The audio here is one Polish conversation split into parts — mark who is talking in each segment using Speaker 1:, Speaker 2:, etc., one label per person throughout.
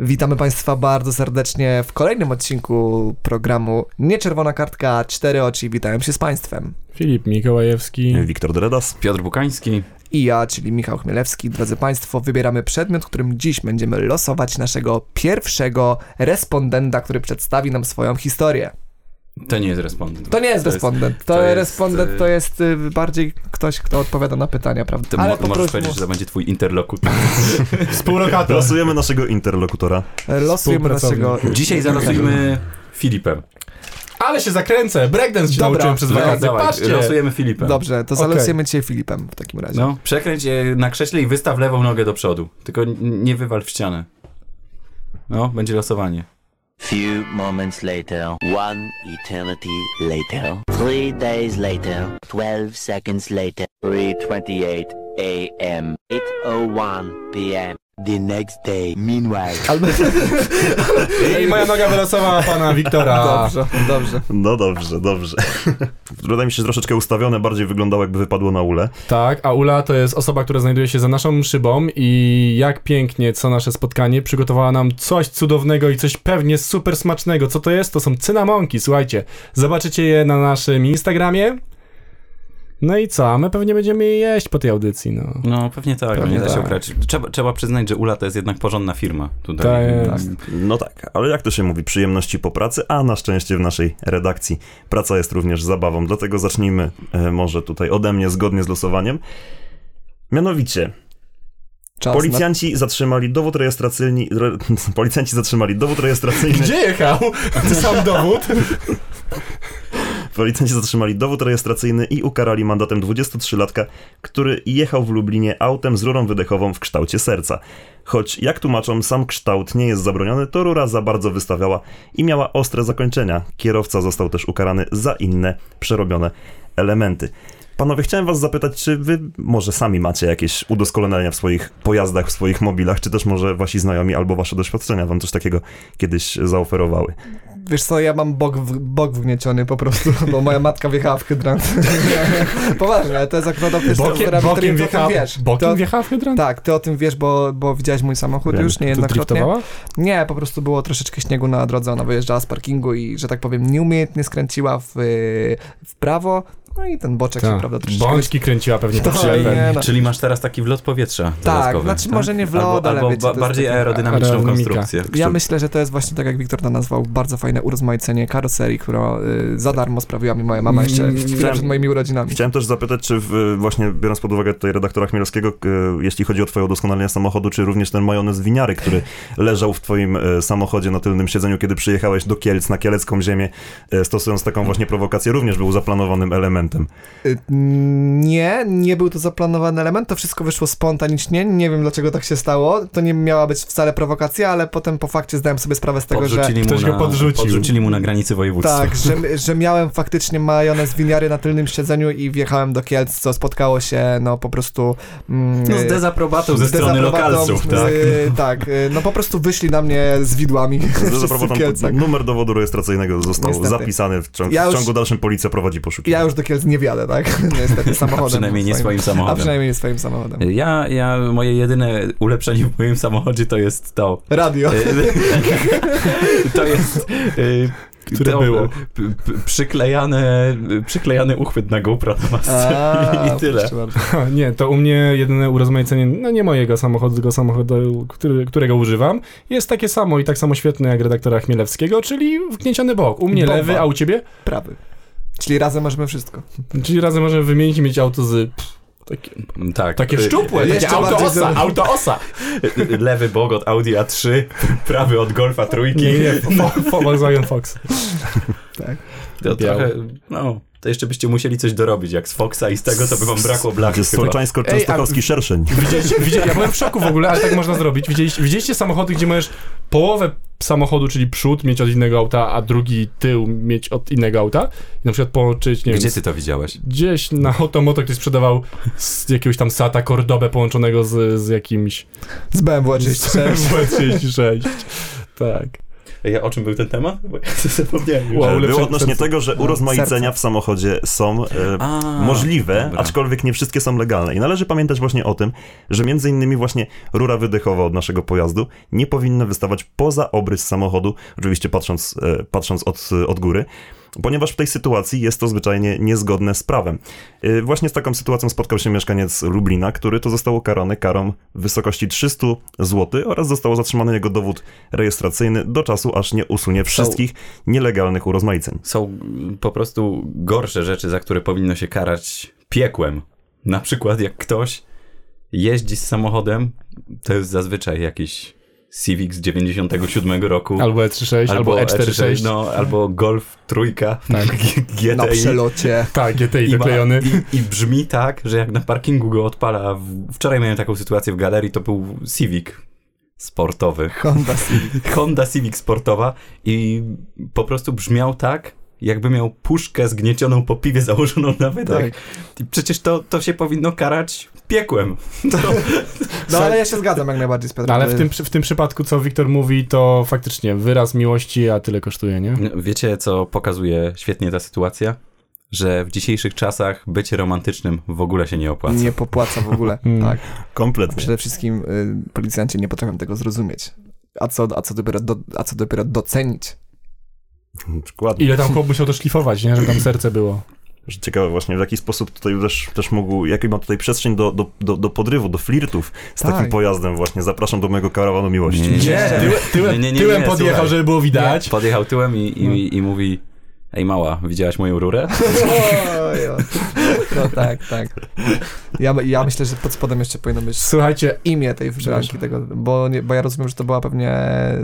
Speaker 1: Witamy Państwa bardzo serdecznie w kolejnym odcinku programu Nie Czerwona Kartka, Cztery Oczy. Witają się z Państwem.
Speaker 2: Filip Mikołajewski.
Speaker 3: Wiktor Dredas.
Speaker 4: Piotr Bukański.
Speaker 1: I ja, czyli Michał Chmielewski. Drodzy Państwo, wybieramy przedmiot, którym dziś będziemy losować naszego pierwszego respondenta, który przedstawi nam swoją historię.
Speaker 4: To nie jest respondent.
Speaker 1: To nie jest
Speaker 4: To jest-
Speaker 1: respondent. to
Speaker 4: to jest,
Speaker 1: respondent
Speaker 4: y-
Speaker 1: to jest y, bardziej ktoś, kto odpowiada na pytania, prawda?
Speaker 4: To mo- możesz powiedzieć, że to będzie twój interlokutor.
Speaker 2: Współlokator.
Speaker 3: Losujemy naszego interlokutora.
Speaker 1: losujemy naszego...
Speaker 4: Dzisiaj zalosujmy Filipem.
Speaker 2: Ale się zakręcę! Breakdance się
Speaker 1: Dobra.
Speaker 2: nauczyłem przez
Speaker 1: Dobra,
Speaker 2: wakacje. Patrzcie!
Speaker 4: losujemy Filipem.
Speaker 1: Dobrze, to
Speaker 2: Okej.
Speaker 1: zalosujemy Cię Filipem w takim razie.
Speaker 4: No, przekręć je na krześle i wystaw lewą nogę do przodu. Tylko n- nie wywal w ścianę. No, będzie losowanie.
Speaker 5: Few moments later, one eternity later, three days later, 12 seconds later, 3.28 a.m., 8.01 p.m., the next day. Meanwhile,
Speaker 1: Albo...
Speaker 2: I moja noga wylosowała pana Wiktora.
Speaker 1: Dobrze, dobrze.
Speaker 3: No dobrze, dobrze. Wydaje mi się że troszeczkę ustawione, bardziej wyglądało jakby wypadło na ule.
Speaker 2: Tak, a Ula to jest osoba, która znajduje się za naszą szybą i jak pięknie co nasze spotkanie przygotowała nam coś cudownego i coś pewnie super smacznego. Co to jest? To są cynamonki, słuchajcie. Zobaczycie je na naszym Instagramie. No i co? A My pewnie będziemy je jeść po tej audycji, no.
Speaker 4: No, pewnie tak,
Speaker 2: Pewnie
Speaker 4: nie da się
Speaker 2: tak.
Speaker 4: ukrać. Trzeba, trzeba przyznać, że Ula to jest jednak porządna firma. Tutaj. Mm.
Speaker 2: To jest.
Speaker 3: No tak, ale jak to się mówi, przyjemności po pracy, a na szczęście w naszej redakcji praca jest również zabawą. Dlatego zacznijmy e, może tutaj ode mnie, zgodnie z losowaniem. Mianowicie,
Speaker 1: Czas na...
Speaker 3: policjanci zatrzymali dowód rejestracyjny... Re, policjanci zatrzymali dowód rejestracyjny...
Speaker 2: Gdzie jechał? To sam dowód.
Speaker 3: Policjanci zatrzymali dowód rejestracyjny i ukarali mandatem 23-latka, który jechał w Lublinie autem z rurą wydechową w kształcie serca. Choć, jak tłumaczą, sam kształt nie jest zabroniony, to rura za bardzo wystawiała i miała ostre zakończenia. Kierowca został też ukarany za inne przerobione elementy. Panowie, chciałem was zapytać, czy wy może sami macie jakieś udoskonalenia w swoich pojazdach, w swoich mobilach, czy też może wasi znajomi albo wasze doświadczenia wam coś takiego kiedyś zaoferowały?
Speaker 1: Wiesz co, ja mam bok, w, bok wgnieciony po prostu, bo moja matka wjechała w hydrant. Poważnie, ale to jest akurat optysta,
Speaker 2: Bokiem,
Speaker 1: która
Speaker 2: bokiem
Speaker 1: ty o
Speaker 2: wjechała.
Speaker 1: tym wiesz.
Speaker 2: Bokiem
Speaker 1: to,
Speaker 2: wjechała w hydrant?
Speaker 1: tak, ty o tym wiesz, bo, bo widziałeś mój samochód
Speaker 3: Wiem.
Speaker 1: już
Speaker 2: Tu
Speaker 1: niejednokrotnie.
Speaker 2: driftowała?
Speaker 1: Nie, po prostu było troszeczkę śniegu na drodze, ona wyjeżdżała z parkingu i, że tak powiem, nieumiejętnie skręciła w, y, w prawo, no i ten boczek się,
Speaker 2: Tak.
Speaker 1: prawda, troszeczkę...
Speaker 2: Bączki kręciła pewnie
Speaker 1: To
Speaker 2: po przyczepie.
Speaker 1: nie, no.
Speaker 4: Czyli masz teraz taki wlot powietrza dodatkowy. tak?
Speaker 1: znaczy może nie wlot,
Speaker 4: albo,
Speaker 1: ale
Speaker 4: albo
Speaker 1: wiecie,
Speaker 4: ba-
Speaker 1: to jest
Speaker 4: bardziej
Speaker 1: taki-
Speaker 4: aerodynamiczną
Speaker 2: aerodynamika.
Speaker 4: konstrukcję.
Speaker 1: Ja myślę, że to jest właśnie tak, jak Wiktor to nazwał, bardzo fajne urozmaicenie karoserii, którą y, za darmo sprawiła mi moja mama jeszcze
Speaker 2: Mm,
Speaker 1: chwilę przed moimi urodzinami.
Speaker 3: Chciałem też zapytać, czy w, właśnie biorąc pod uwagę tutaj redaktora Chmielowskiego, k- jeśli chodzi o twoje udoskonalenie samochodu, czy również ten majonez winiary, który leżał w twoim e, samochodzie na tylnym siedzeniu, kiedy przyjechałeś do Kielc, na kielecką ziemię, e, stosując taką właśnie prowokację, również był zaplanowanym elementem.
Speaker 1: Y, Nie, nie był to zaplanowany element, to wszystko wyszło spontanicznie, nie wiem dlaczego tak się stało, to nie miała być wcale prowokacja, ale potem po fakcie zdałem sobie sprawę z tego, że...
Speaker 4: Podrzucili mu
Speaker 2: Ktoś
Speaker 4: na,
Speaker 2: go podrzucił.
Speaker 4: Podrzucili mu na granicy województwa.
Speaker 1: Tak, że, że miałem faktycznie majonez winiary na tylnym siedzeniu i wjechałem do Kielc, co spotkało się, no po prostu... Mm,
Speaker 4: No,
Speaker 1: y,
Speaker 4: z dezaprobatą ze
Speaker 1: z
Speaker 4: strony
Speaker 1: dezaprobatą,
Speaker 4: lokalców, tak.
Speaker 1: y, tak, y, no po prostu wyszli na mnie z widłami wszyscy w
Speaker 3: Zaproponował-
Speaker 1: Kielcach.
Speaker 3: Numer dowodu rejestracyjnego został
Speaker 1: Niestety.
Speaker 3: zapisany w, ciąg,
Speaker 1: Ja już-
Speaker 3: w ciągu dalszym policja prowadzi
Speaker 1: No,
Speaker 3: poszukiwania.
Speaker 1: Ja już do Kielc nie wjadę, tak? Niestety samochodem.
Speaker 4: A przynajmniej nie swoim
Speaker 1: A
Speaker 4: samochodem. Y-
Speaker 1: przynajmniej nie swoim samochodem.
Speaker 4: Ja, ja, moje jedyne ulepszenie w moim samochodzie to jest to.
Speaker 1: Radio.
Speaker 4: Y, to jest... y,
Speaker 2: Które było?
Speaker 4: p- p- przyklejane, przyklejany uchwyt na GoPro na masce
Speaker 1: A,
Speaker 4: i tyle.
Speaker 1: proszę bardzo.
Speaker 2: Ha, Nie, to u mnie jedyne urozmaicenie, no nie mojego samochodu, tylko samochodu, który, którego używam, jest takie samo i tak samo świetne jak redaktora Chmielewskiego, czyli wgnieciony bok. U mnie
Speaker 1: Bomba.
Speaker 2: lewy, a u ciebie?
Speaker 1: Prawy. Czyli razem możemy wszystko.
Speaker 2: Czyli razem możemy wymienić i mieć auto z... Pff, takie,
Speaker 4: Tak.
Speaker 2: takie
Speaker 4: Y,
Speaker 2: szczupłe, takie
Speaker 1: jeszcze
Speaker 2: auto
Speaker 1: bardziej
Speaker 2: osa,
Speaker 1: zrobione.
Speaker 2: auto osa.
Speaker 4: y, Lewy bok od Audi A3, prawy od Golfa trójki.
Speaker 2: Nie, nie, fo, fo, Volkswagen Fox. Biały.
Speaker 4: To trochę, no, to jeszcze byście musieli coś dorobić, jak z Foxa i z tego to by wam brakło blachy
Speaker 3: Jest
Speaker 4: chyba.
Speaker 3: Solczańsko-Częstochowski szerszeń.
Speaker 2: Widzieliście, widzieliście, ja byłem w szoku w ogóle, ale tak można zrobić. Widzieliście, widzieliście samochody, gdzie możesz połowę samochodu, czyli przód mieć od innego auta, a drugi tył mieć od innego auta? I na przykład połączyć, nie wiem,
Speaker 4: Gdzie ty to widziałeś?
Speaker 2: Gdzieś na Hotomoto ktoś sprzedawał z jakiegoś tam Sata Cordobę połączonego z, z jakimś...
Speaker 1: Z BMW
Speaker 2: z
Speaker 1: oczywiście.
Speaker 2: BMW 36. Tak.
Speaker 4: Ej, a o czym był ten temat? Bo ja zapomniałem już.
Speaker 2: Wow,
Speaker 3: Wow,
Speaker 2: lepsze-
Speaker 3: E, było odnośnie
Speaker 2: serce-
Speaker 3: tego, że urozmaicenia w samochodzie są e,
Speaker 4: A,
Speaker 3: możliwe,
Speaker 4: dobra.
Speaker 3: aczkolwiek nie wszystkie są legalne. I należy pamiętać właśnie o tym, że między innymi właśnie rura wydechowa od naszego pojazdu nie powinna wystawać poza obrys samochodu, oczywiście patrząc, e, patrząc od, od góry. Ponieważ w tej sytuacji jest to zwyczajnie niezgodne z prawem. E, Właśnie z taką sytuacją spotkał się mieszkaniec Lublina, który to został ukarany karą w wysokości 300 zł oraz został zatrzymany jego dowód rejestracyjny do czasu, aż nie usunie wszystkich nielegalnych urozmaiceń.
Speaker 4: Są mm, po prostu gorsze rzeczy, za które powinno się karać piekłem. Na przykład jak ktoś jeździ z samochodem, to jest zazwyczaj jakiś Civic z 97 roku.
Speaker 2: Albo E36, albo, E E46.
Speaker 4: No, albo Golf trójka. GTI.
Speaker 1: Na przelocie.
Speaker 2: Tak, GTI
Speaker 4: I, ma,
Speaker 2: doklejony.
Speaker 4: i, I brzmi tak, że jak na parkingu go odpala. W, wczoraj miałem taką sytuację w galerii, to był Civic sportowy.
Speaker 1: Honda Civic.
Speaker 4: Honda Civic sportowa i po prostu brzmiał tak, jakby miał puszkę zgniecioną po piwie założoną na wydech.
Speaker 3: Tak.
Speaker 4: I przecież to, to się powinno karać piekłem.
Speaker 1: No ale ja się zgadzam jak najbardziej z Piotrem.
Speaker 2: No, Ale
Speaker 1: To
Speaker 2: w tym, przy- w tym przypadku, co Wiktor mówi, to faktycznie wyraz miłości, a tyle kosztuje, nie?
Speaker 4: No, Wiecie, co pokazuje świetnie ta sytuacja? Że w dzisiejszych czasach bycie romantycznym w ogóle się nie opłaca.
Speaker 1: nie popłaca w ogóle.
Speaker 2: Mm.
Speaker 1: tak.
Speaker 3: Kompletnie.
Speaker 1: Przede wszystkim y, policjanci nie potrafią tego zrozumieć. A co, a co, dopiero, do, a co dopiero docenić?
Speaker 3: Dokładnie.
Speaker 2: Ile tam chłop musiał to szlifować, nie? Żeby tam serce było.
Speaker 3: Że Ciekawe właśnie, w jaki sposób tutaj też, też mógł, jaki ma tutaj przestrzeń do, do, do, do podrywu, do flirtów z
Speaker 1: Tak.
Speaker 3: takim pojazdem właśnie. Zapraszam do mojego karawanu miłości.
Speaker 4: Nie,
Speaker 2: tyłem, tyłem,
Speaker 4: Nie, nie, nie,
Speaker 2: tyłem
Speaker 4: nie,
Speaker 2: podjechał,
Speaker 4: słuchaj.
Speaker 2: żeby było widać.
Speaker 4: Podjechał tyłem i,
Speaker 3: No.
Speaker 4: i, i mówi Ej mała, widziałaś moją rurę?
Speaker 1: Oj, oj. No tak, tak. Ja, ja myślę, że pod spodem jeszcze powinno być
Speaker 2: Słuchajcie,
Speaker 1: imię tej wybranki
Speaker 2: Przepraszam.
Speaker 1: tego, bo, nie, bo ja rozumiem, że to była pewnie,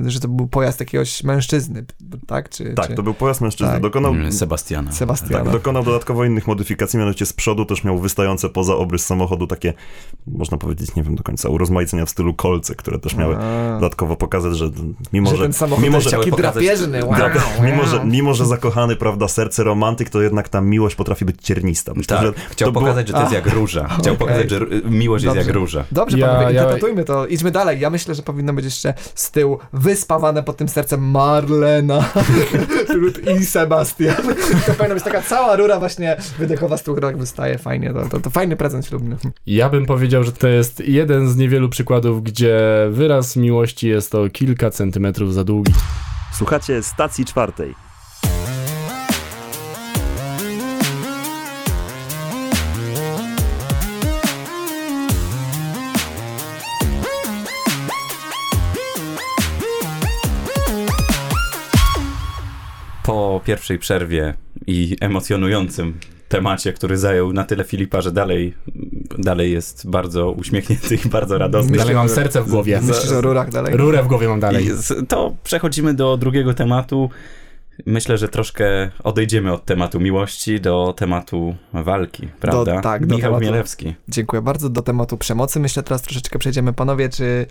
Speaker 1: że to był pojazd jakiegoś mężczyzny, tak? Czy,
Speaker 3: Tak,
Speaker 1: czy
Speaker 3: to był pojazd mężczyzny.
Speaker 1: Tak.
Speaker 3: Dokonał,
Speaker 4: Sebastiana.
Speaker 1: Sebastiana.
Speaker 3: tak, dokonał dodatkowo innych modyfikacji, mianowicie z przodu też miał wystające poza obrys samochodu takie, można powiedzieć, nie wiem do końca, urozmaicenia w stylu kolce, które też miały
Speaker 1: A.
Speaker 3: dodatkowo pokazać, że mimo,
Speaker 1: Że
Speaker 3: że...
Speaker 1: ten samochód
Speaker 3: mimo,
Speaker 1: jest
Speaker 3: że
Speaker 1: taki
Speaker 4: pokazać-
Speaker 1: drapieżny, wow,
Speaker 3: Dra- mimo,
Speaker 1: wow.
Speaker 3: że, mimo, że zakochany, prawda, serce romantyk, to jednak ta miłość potrafi być ciernista. Myślę,
Speaker 4: Tak,
Speaker 3: że
Speaker 4: chciał
Speaker 3: to było-
Speaker 4: pokazać, że to jest jak róża. Chciał pokazać, że r- miłość jest
Speaker 1: Dobrze.
Speaker 4: jak róża.
Speaker 1: Dobrze,
Speaker 2: Ja-
Speaker 1: panowie,
Speaker 2: ja-
Speaker 1: interpretujmy to. Idźmy dalej. Ja myślę, że powinno być jeszcze z tyłu wyspawane pod tym sercem Marlena i Sebastian. To powinna być taka cała rura właśnie wydechowa z tyłu, która jakby staje fajnie. To, to, to fajny prezent ślubny.
Speaker 2: ja bym powiedział, że to jest jeden z niewielu przykładów, gdzie wyraz miłości jest o kilka centymetrów za długi.
Speaker 3: Słuchacie stacji czwartej.
Speaker 4: Po pierwszej przerwie i emocjonującym temacie, który zajął na tyle Filipa, że dalej, dalej jest bardzo uśmiechnięty i bardzo radosny.
Speaker 1: Myślę,
Speaker 2: Dalej mam
Speaker 1: że-
Speaker 2: serce w głowie.
Speaker 1: Myślisz o rurach dalej?
Speaker 2: Rurę w głowie mam dalej.
Speaker 4: I z- To przechodzimy do drugiego tematu. Myślę, że troszkę odejdziemy od tematu miłości do tematu walki, prawda?
Speaker 1: tak, do
Speaker 4: Michał
Speaker 1: tematu-
Speaker 4: Chmielewski.
Speaker 1: Dziękuję bardzo. Do tematu przemocy myślę teraz troszeczkę przejdziemy. Panowie, czy...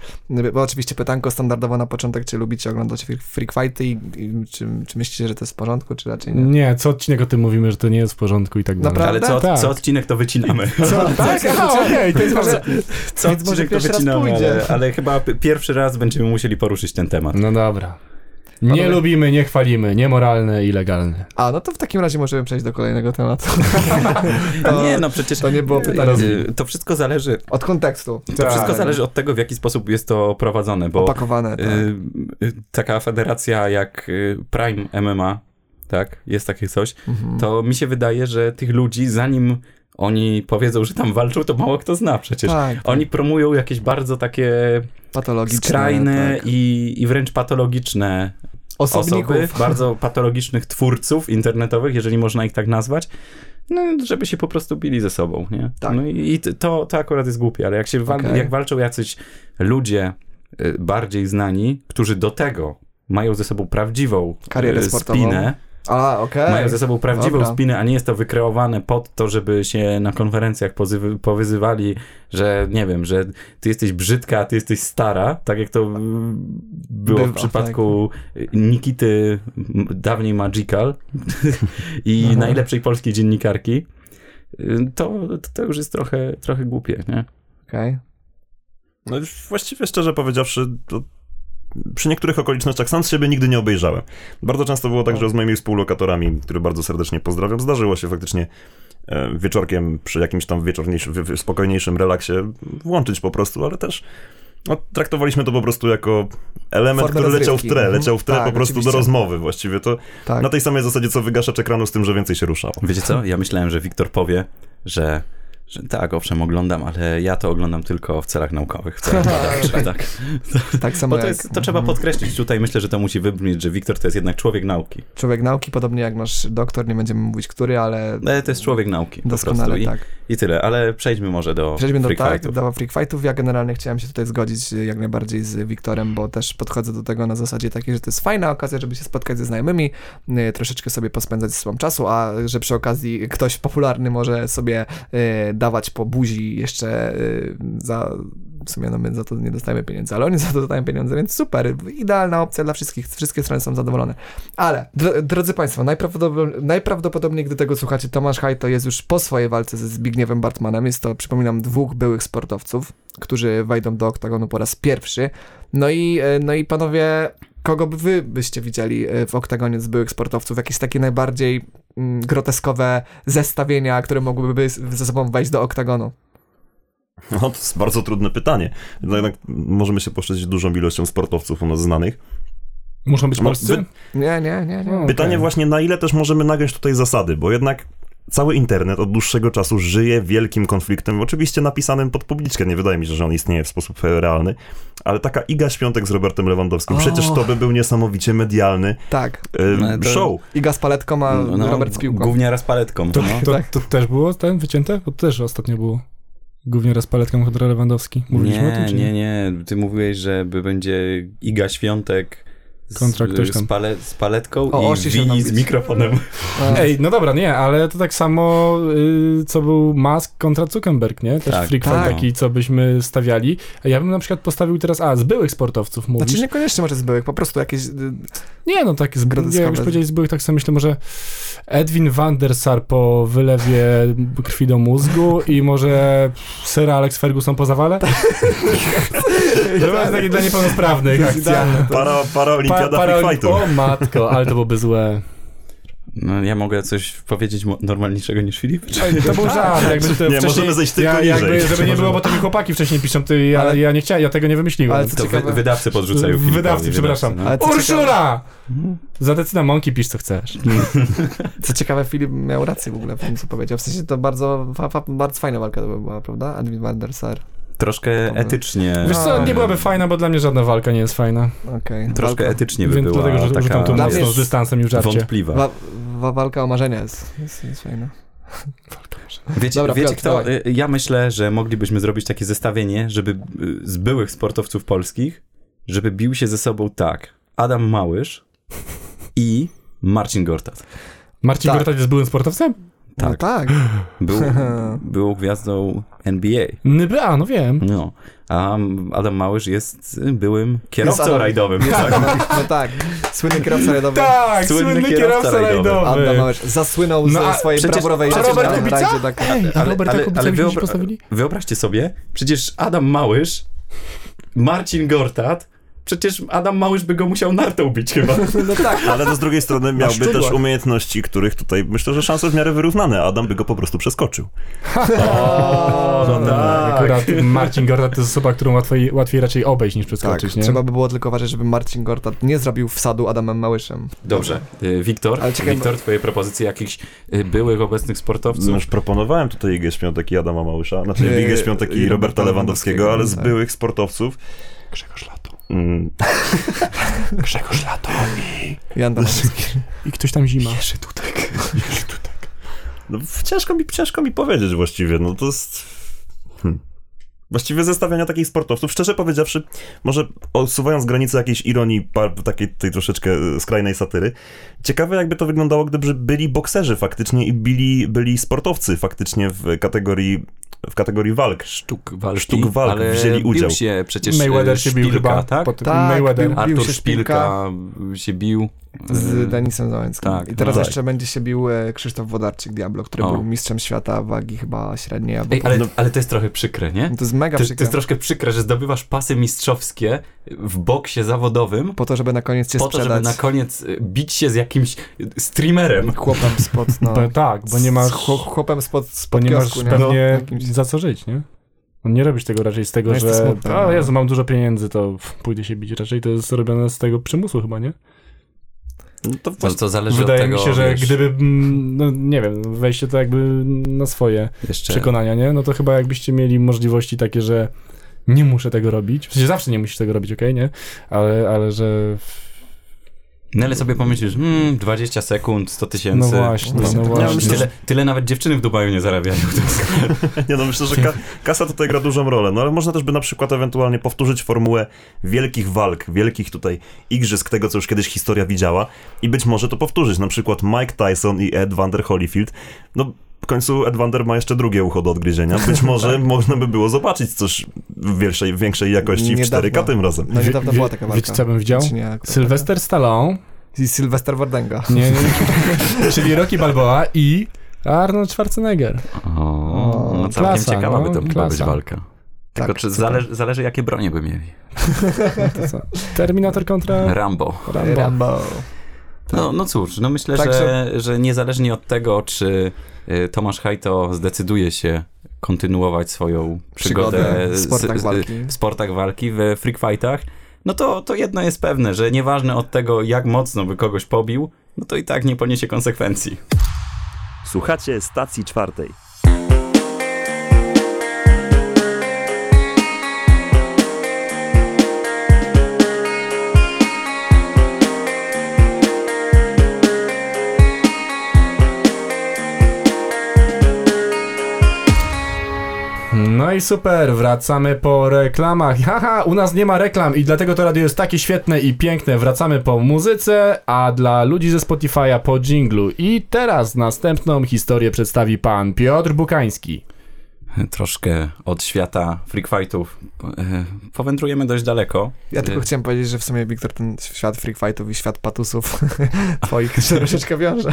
Speaker 1: Bo oczywiście pytanko standardowo na początek, czy lubicie oglądać fre- freak fighty i, i czy, czy myślicie, że to jest w porządku, czy raczej nie?
Speaker 2: Nie, co odcinek o tym mówimy, że to nie jest w porządku i tak dalej.
Speaker 1: Naprawdę?
Speaker 4: Ale co,
Speaker 2: Tak.
Speaker 4: co odcinek to wycinamy.
Speaker 2: Co, tak, aha, okej, to jest bardzo...
Speaker 4: Co
Speaker 1: Więc może
Speaker 4: odcinek to
Speaker 1: pierwszy raz
Speaker 4: wycinamy,
Speaker 1: pójdzie.
Speaker 4: ale, ale chyba p- pierwszy raz będziemy musieli poruszyć ten temat.
Speaker 2: No dobra. Nie
Speaker 1: Panowie-
Speaker 2: lubimy, nie chwalimy, niemoralne i legalne.
Speaker 1: A, no to w takim razie możemy przejść do kolejnego tematu.
Speaker 4: A nie, no przecież
Speaker 1: to nie było pytanie.
Speaker 4: Y, To wszystko zależy.
Speaker 1: Od kontekstu.
Speaker 4: To
Speaker 2: Tak.
Speaker 4: wszystko zależy od tego, w jaki sposób jest to prowadzone, bo
Speaker 1: Opakowane.
Speaker 4: y,
Speaker 1: Tak.
Speaker 4: y, taka federacja jak y, Prime MMA, tak, jest takie coś,
Speaker 1: Mhm.
Speaker 4: to mi się wydaje, że tych ludzi, zanim oni powiedzą, że tam walczą, to mało kto zna przecież.
Speaker 1: tak,
Speaker 4: Oni promują jakieś bardzo takie
Speaker 1: patologiczne.
Speaker 4: skrajne
Speaker 1: tak.
Speaker 4: i, i wręcz patologiczne
Speaker 1: osobników.
Speaker 4: osoby, bardzo patologicznych twórców internetowych, jeżeli można ich tak nazwać, no, żeby się po prostu bili ze sobą, nie?
Speaker 1: Tak.
Speaker 4: No i i to, to akurat jest głupie, ale jak się wal,
Speaker 1: Okej.
Speaker 4: jak walczą jacyś ludzie y, bardziej znani, którzy do tego mają ze sobą prawdziwą
Speaker 1: Karierę
Speaker 4: y,
Speaker 1: sportową.
Speaker 4: spinę,
Speaker 1: A, okej.
Speaker 4: mają ze sobą prawdziwą
Speaker 1: dobra.
Speaker 4: spinę, a nie jest to wykreowane pod to, żeby się na konferencjach pozywy, powyzywali, że nie wiem, że ty jesteś brzydka, a ty jesteś stara, tak jak to mm, było
Speaker 1: Bywa, tak.
Speaker 4: w przypadku Nikity, m, dawniej Magical i
Speaker 1: Aha.
Speaker 4: najlepszej polskiej dziennikarki. Y, To, to już jest trochę, trochę głupie, nie?
Speaker 1: Okej.
Speaker 3: No właściwie szczerze powiedziawszy, to przy niektórych okolicznościach sam z siebie nigdy nie obejrzałem. Bardzo często było tak, że z moimi współlokatorami, których bardzo serdecznie pozdrawiam, zdarzyło się faktycznie e, wieczorkiem przy jakimś tam wieczorniejszym, wy- wy- spokojniejszym relaksie włączyć po prostu, ale też no, traktowaliśmy to po prostu jako element,
Speaker 1: Formę
Speaker 3: który leciał w
Speaker 1: rozrywki.
Speaker 3: tre,
Speaker 1: Mhm.
Speaker 3: leciał w tre
Speaker 1: Tak,
Speaker 3: po prostu
Speaker 1: oczywiście.
Speaker 3: do rozmowy właściwie. To
Speaker 1: Tak.
Speaker 4: No
Speaker 3: na tej samej zasadzie, co wygaszacz ekranu z tym, że więcej się ruszało.
Speaker 4: Wiecie co? Ja myślałem, że Wiktor powie, że, że tak, owszem, oglądam, ale ja to oglądam tylko w celach naukowych. W celach badawczych, tak.
Speaker 1: Tak samo
Speaker 4: Bo to,
Speaker 1: jak
Speaker 4: jest, to trzeba podkreślić tutaj. Myślę, że to musi wybrzmieć, że Wiktor to jest jednak człowiek nauki.
Speaker 1: człowiek nauki, podobnie jak nasz doktor, nie będziemy mówić który, ale
Speaker 4: Ale E, to jest człowiek nauki. No, Po prostu.
Speaker 1: doskonale
Speaker 4: I,
Speaker 1: tak.
Speaker 4: I tyle, ale przejdźmy może do
Speaker 1: Przejdźmy do,
Speaker 4: Freak
Speaker 1: tak,
Speaker 4: Fightów.
Speaker 1: do Freak Fightów. Ja generalnie chciałem się tutaj zgodzić y, jak najbardziej z Wiktorem, bo też podchodzę do tego na zasadzie takiej, że to jest fajna okazja, żeby się spotkać ze znajomymi, y, troszeczkę sobie pospędzać ze sobą czasu, a y, że przy okazji ktoś popularny może sobie y, dawać po buzi jeszcze y, za... W sumie no my za to nie dostajemy pieniędzy, ale oni za to dostają pieniądze, więc super, idealna opcja dla wszystkich, wszystkie strony są zadowolone. Ale, dro, drodzy Państwo, najprawdopodobniej, najprawdopodobniej, gdy tego słuchacie, Tomasz Haj to jest już po swojej walce ze Zbigniewem Bartmanem. Jest to, przypominam, dwóch byłych sportowców, którzy wejdą do oktagonu po raz pierwszy. No i, e, no i panowie, kogo by wy byście widzieli e, w oktagonie z byłych sportowców? Jakieś takie najbardziej mm, groteskowe zestawienia, które mogłyby by z- ze sobą wejść do oktagonu?
Speaker 3: No, to jest bardzo trudne pytanie. No, jednak możemy się poszczęścić dużą ilością sportowców u nas znanych.
Speaker 2: Muszą być
Speaker 3: No,
Speaker 2: polscy?
Speaker 3: wy-
Speaker 1: Nie, nie, nie,
Speaker 2: No,
Speaker 1: nie.
Speaker 3: Pytanie właśnie, na ile też możemy nagiąć tutaj zasady, bo jednak cały internet od dłuższego czasu żyje wielkim konfliktem, oczywiście napisanym pod publiczkę, nie wydaje mi się, że on istnieje w sposób e, realny, ale taka Iga Świątek z Robertem Lewandowskim,
Speaker 1: O.
Speaker 3: przecież to by był niesamowicie medialny
Speaker 1: Tak.
Speaker 3: e,
Speaker 4: No, to-
Speaker 3: show.
Speaker 1: Iga z paletką, a
Speaker 4: No, no,
Speaker 1: Robert z piłką.
Speaker 4: Głównie raz paletką.
Speaker 2: To,
Speaker 4: no.
Speaker 2: to,
Speaker 1: tak.
Speaker 2: to też było ten wycięte? Bo to też ostatnio było. Głównie raz paletką kontra Lewandowski. Mówiliśmy
Speaker 4: nie,
Speaker 2: o tym, czy
Speaker 4: nie, nie. Ty mówiłeś, że by będzie Iga Świątek z,
Speaker 2: Kontra ktoś tam.
Speaker 4: z, pale, z paletką
Speaker 1: O,
Speaker 4: i
Speaker 1: osi się nam
Speaker 4: Wini z
Speaker 1: bić.
Speaker 4: mikrofonem.
Speaker 1: E,
Speaker 2: Ej, no dobra, nie, ale to tak samo, y, co był Musk kontra Zuckerberg, nie? Też
Speaker 4: Tak,
Speaker 2: freak fight
Speaker 4: tak.
Speaker 2: taki, co byśmy stawiali. A ja bym na przykład postawił teraz, a, z byłych sportowców mówisz?
Speaker 1: Znaczy niekoniecznie może z byłych, po prostu jakieś... y,
Speaker 2: Nie, no tak, z,
Speaker 1: Groteskowe.
Speaker 2: ja już powiedziałeś z byłych, tak sobie myślę, może Edwin van der Sar po wylewie krwi do mózgu i może Sir Alex Ferguson po zawale? to jest takie dla niepełnosprawnych akcja.
Speaker 3: Para, paraolimpiada Freak Fightu.
Speaker 2: o matko, ale to byłoby złe.
Speaker 4: No, ja mogę coś powiedzieć mo- normalniejszego niż Filip?
Speaker 2: Ej, To był żart, jakby to
Speaker 3: Nie,
Speaker 2: wcześniej-
Speaker 3: możemy zejść tylko
Speaker 2: ja,
Speaker 3: niżej.
Speaker 2: jakby, Żeby nie było, bo to mi chłopaki wcześniej piszą, ty, ja,
Speaker 1: Ale-
Speaker 2: ja nie chciałem, ja tego nie wymyśliłem.
Speaker 1: Ale co
Speaker 4: To
Speaker 1: ciekawe...
Speaker 4: wy, wydawcy podrzucają Filipowi.
Speaker 2: Wydawcy, przepraszam.
Speaker 4: no.
Speaker 1: Ale co ciekawe,
Speaker 2: Urszula! Za decyna mąki pisz co chcesz.
Speaker 1: co ciekawe, Filip miał rację w ogóle w tym, co powiedział. W sensie to bardzo, fa, fa, bardzo fajna walka to by była, prawda? Edwin van der Sar.
Speaker 4: Troszkę
Speaker 1: Dobra.
Speaker 4: etycznie.
Speaker 2: Wiesz co, nie
Speaker 4: e,
Speaker 2: byłaby fajna, bo dla mnie żadna walka nie jest fajna.
Speaker 1: Okej.
Speaker 4: Troszkę
Speaker 1: Walka-
Speaker 4: etycznie by
Speaker 2: Więc
Speaker 4: była
Speaker 2: dlatego, że użytam tu
Speaker 4: taka
Speaker 1: Dla mnie
Speaker 2: mocno
Speaker 1: jest-
Speaker 2: z dystansem już żarcie.
Speaker 4: wątpliwa.
Speaker 1: Wa, wa, walka o marzenia jest, jest, jest fajna.
Speaker 4: Wiecie,
Speaker 1: Dobra,
Speaker 4: wiecie
Speaker 1: Piotr,
Speaker 4: kto?
Speaker 1: dawaj.
Speaker 4: y, Ja myślę, że moglibyśmy zrobić takie zestawienie, żeby y, z byłych sportowców polskich, żeby bił się ze sobą tak Adam Małysz i Marcin Gortat.
Speaker 2: Marcin
Speaker 1: Tak.
Speaker 2: Gortat jest byłym sportowcem?
Speaker 1: Tak.
Speaker 4: Tak.
Speaker 1: No tak.
Speaker 4: Był, był gwiazdą NBA.
Speaker 2: Nba, no wiem.
Speaker 4: No, a Adam Małysz jest y, byłym kierowcą
Speaker 1: Adam-
Speaker 4: rajdowym.
Speaker 1: Jest No tak. Słynny kierowca radowy.
Speaker 2: Tak,
Speaker 4: Słynny
Speaker 2: słynny,
Speaker 4: kierowca
Speaker 2: kierowca
Speaker 4: rajdowy.
Speaker 1: Adam
Speaker 2: rajdowy.
Speaker 1: Małysz zasłynął
Speaker 2: No,
Speaker 1: ze
Speaker 2: a
Speaker 1: swojej
Speaker 4: przecież-
Speaker 1: prawowej
Speaker 4: a
Speaker 1: rzeczy
Speaker 2: Robert
Speaker 1: na
Speaker 2: Kubica?
Speaker 1: rajdzie, tak.
Speaker 2: Ej, a Roberta Kubica byśmy
Speaker 4: wyobra-
Speaker 2: postawili?
Speaker 4: wyobraźcie sobie, przecież Adam Małysz, Marcin Gortat, przecież Adam Małysz by go musiał nartą bić chyba.
Speaker 1: No tak.
Speaker 3: Ale to z drugiej strony miałby
Speaker 2: szczudłach.
Speaker 3: też umiejętności, których tutaj myślę, że szanse w miarę wyrównane. Adam by go po prostu przeskoczył.
Speaker 2: No tak. Akurat Marcin Gortat to jest osoba, którą łatwiej, łatwiej raczej obejść niż
Speaker 1: Tak,
Speaker 2: przeskoczyć, nie?
Speaker 1: trzeba by było tylko uważać, żeby Marcin Gortat nie zrobił wsadu Adamem Małyszem.
Speaker 4: Dobrze, y, Wiktor,
Speaker 1: Ale czekaj,
Speaker 4: Wiktor, twoje propozycje jakichś y, byłych, obecnych sportowców?
Speaker 3: No już proponowałem tutaj Igę Świątek i Adama Małysza, znaczy
Speaker 1: Yy,
Speaker 3: nie Igę
Speaker 1: i
Speaker 3: Świątek i Roberta
Speaker 1: Roberta
Speaker 3: Lewandowskiego, ale z
Speaker 1: tak.
Speaker 3: byłych sportowców.
Speaker 1: Mm.
Speaker 3: Grzegorz Lato.
Speaker 1: Jan Tomaszewski.
Speaker 2: I ktoś tam zima.
Speaker 3: No, w- ciężko, mi, ciężko mi powiedzieć właściwie, no to jest... Hmm. Właściwie zestawiania takich sportowców, szczerze powiedziawszy, może odsuwając granicę jakiejś ironii, par, takiej tej troszeczkę e, skrajnej satyry, ciekawe jakby to wyglądało, gdyby byli bokserzy faktycznie i byli, byli sportowcy faktycznie w kategorii, w kategorii walk.
Speaker 4: sztuk walki.
Speaker 3: Sztuk walk
Speaker 4: ale
Speaker 3: wzięli udział.
Speaker 4: Bił się przecież
Speaker 2: Mayweather
Speaker 4: Mayweather
Speaker 2: się bił
Speaker 4: Szpilka,
Speaker 2: chyba.
Speaker 4: tak?
Speaker 2: pod-
Speaker 1: Tak,
Speaker 2: Mayweather.
Speaker 1: bił.
Speaker 4: Artur
Speaker 1: się
Speaker 4: Szpilka się bił. E,
Speaker 1: z Denisem Załęckim.
Speaker 4: Yy, tak,
Speaker 1: I teraz
Speaker 3: no tak.
Speaker 1: jeszcze będzie się bił e, Krzysztof Wodarczyk Diablo, który
Speaker 4: O.
Speaker 1: był mistrzem świata wagi chyba średniej. Albo no
Speaker 4: Ej, ale, ale to jest trochę przykre, nie?
Speaker 1: To jest mega
Speaker 4: To, to
Speaker 1: przykre.
Speaker 4: jest troszkę przykre, że zdobywasz pasy mistrzowskie w boksie zawodowym
Speaker 1: Po to, żeby na koniec cię
Speaker 4: po to, żeby
Speaker 1: sprzedać
Speaker 4: na koniec y, bić się z jakimś y, streamerem.
Speaker 1: chłopem spod, no.
Speaker 2: Bo, tak, bo nie
Speaker 1: Z
Speaker 2: masz,
Speaker 1: chłop- chłopem spod, spod
Speaker 2: bo nie masz
Speaker 1: kiosku, nie? No,
Speaker 2: pewnie
Speaker 1: jakimś-
Speaker 2: za co żyć, nie? No nie robisz tego raczej z tego,
Speaker 1: No jest to
Speaker 2: że
Speaker 1: smutne,
Speaker 2: o
Speaker 1: no.
Speaker 2: Jezu, mam dużo pieniędzy, to pff, pójdę się bić. Raczej to jest robione z tego przymusu chyba, nie?
Speaker 3: No to
Speaker 4: To,
Speaker 3: właśnie,
Speaker 4: to zależy
Speaker 2: Wydaje
Speaker 4: od tego,
Speaker 2: mi się, że
Speaker 4: wiesz,
Speaker 2: gdyby, mm, no nie wiem, wejście to jakby na swoje
Speaker 4: jeszcze...
Speaker 2: przekonania, nie? No to chyba jakbyście mieli możliwości takie, że nie muszę tego robić. W sensie zawsze nie musisz tego robić, okej, nie? Ale, ale że...
Speaker 4: No ale sobie pomyślisz, hmm, 20 sekund, 100
Speaker 2: No
Speaker 4: tysięcy.
Speaker 2: właśnie,
Speaker 1: Ja
Speaker 2: no właśnie.
Speaker 3: myślę,
Speaker 4: Tyle, tyle nawet dziewczyny w Dubaju nie zarabiają. To jest...
Speaker 3: nie no, myślę, że ka kasa tutaj gra dużą rolę, no ale można też by na przykład ewentualnie powtórzyć formułę wielkich walk, wielkich tutaj igrzysk tego, co już kiedyś historia widziała i być może to powtórzyć, na przykład Mike Tyson i Ed Vander Holyfield, no w końcu Ed Vander ma jeszcze drugie ucho do odgryzienia, być może można by było zobaczyć coś w większej, większej jakości w
Speaker 1: Niedawno.
Speaker 3: 4K tym razem.
Speaker 1: No niedawno
Speaker 2: Wie-
Speaker 1: była taka walka.
Speaker 2: Wiecie, co ja bym widział?
Speaker 1: Czy nie, akurat tak.
Speaker 2: Sylwester Stallone,
Speaker 1: taka? I Sylwester Wardenga.
Speaker 2: nie, nie, czyli Rocky Balboa i Arnold Schwarzenegger.
Speaker 4: O, no całkiem
Speaker 2: klasa,
Speaker 4: ciekawa
Speaker 2: no,
Speaker 4: by to była
Speaker 2: klasa.
Speaker 4: być walka. Tylko
Speaker 1: Tak,
Speaker 4: czy
Speaker 1: super.
Speaker 4: zależy, zależy, jakie bronie by mieli.
Speaker 2: To co? Terminator kontra
Speaker 4: Rambo.
Speaker 2: Rambo.
Speaker 1: Rambo.
Speaker 4: No, no cóż, no myślę,
Speaker 1: Tak,
Speaker 4: że, że niezależnie od tego, czy y, Tomasz Hajto zdecyduje się kontynuować swoją przygodę,
Speaker 1: Przygodę w
Speaker 4: z-
Speaker 1: sportach
Speaker 4: z-
Speaker 1: walki.
Speaker 4: w sportach walki, w freak fightach, no to, to jedno jest pewne, że nieważne od tego, jak mocno by kogoś pobił, no to i tak nie poniesie konsekwencji.
Speaker 3: Słuchacie stacji czwartej.
Speaker 2: No i super, wracamy po reklamach. Haha, u nas nie ma reklam i dlatego to radio jest takie świetne i piękne. Wracamy po muzyce, a dla ludzi ze Spotify'a po dżinglu. I teraz następną historię przedstawi pan Piotr Bukański.
Speaker 4: Troszkę od świata freak fightów e, powędrujemy dość daleko.
Speaker 1: Ja tylko
Speaker 4: E,
Speaker 1: chciałem powiedzieć, że w sumie, Wiktor, ten świat freak fightów i świat patusów twoich się troszeczkę wiąże.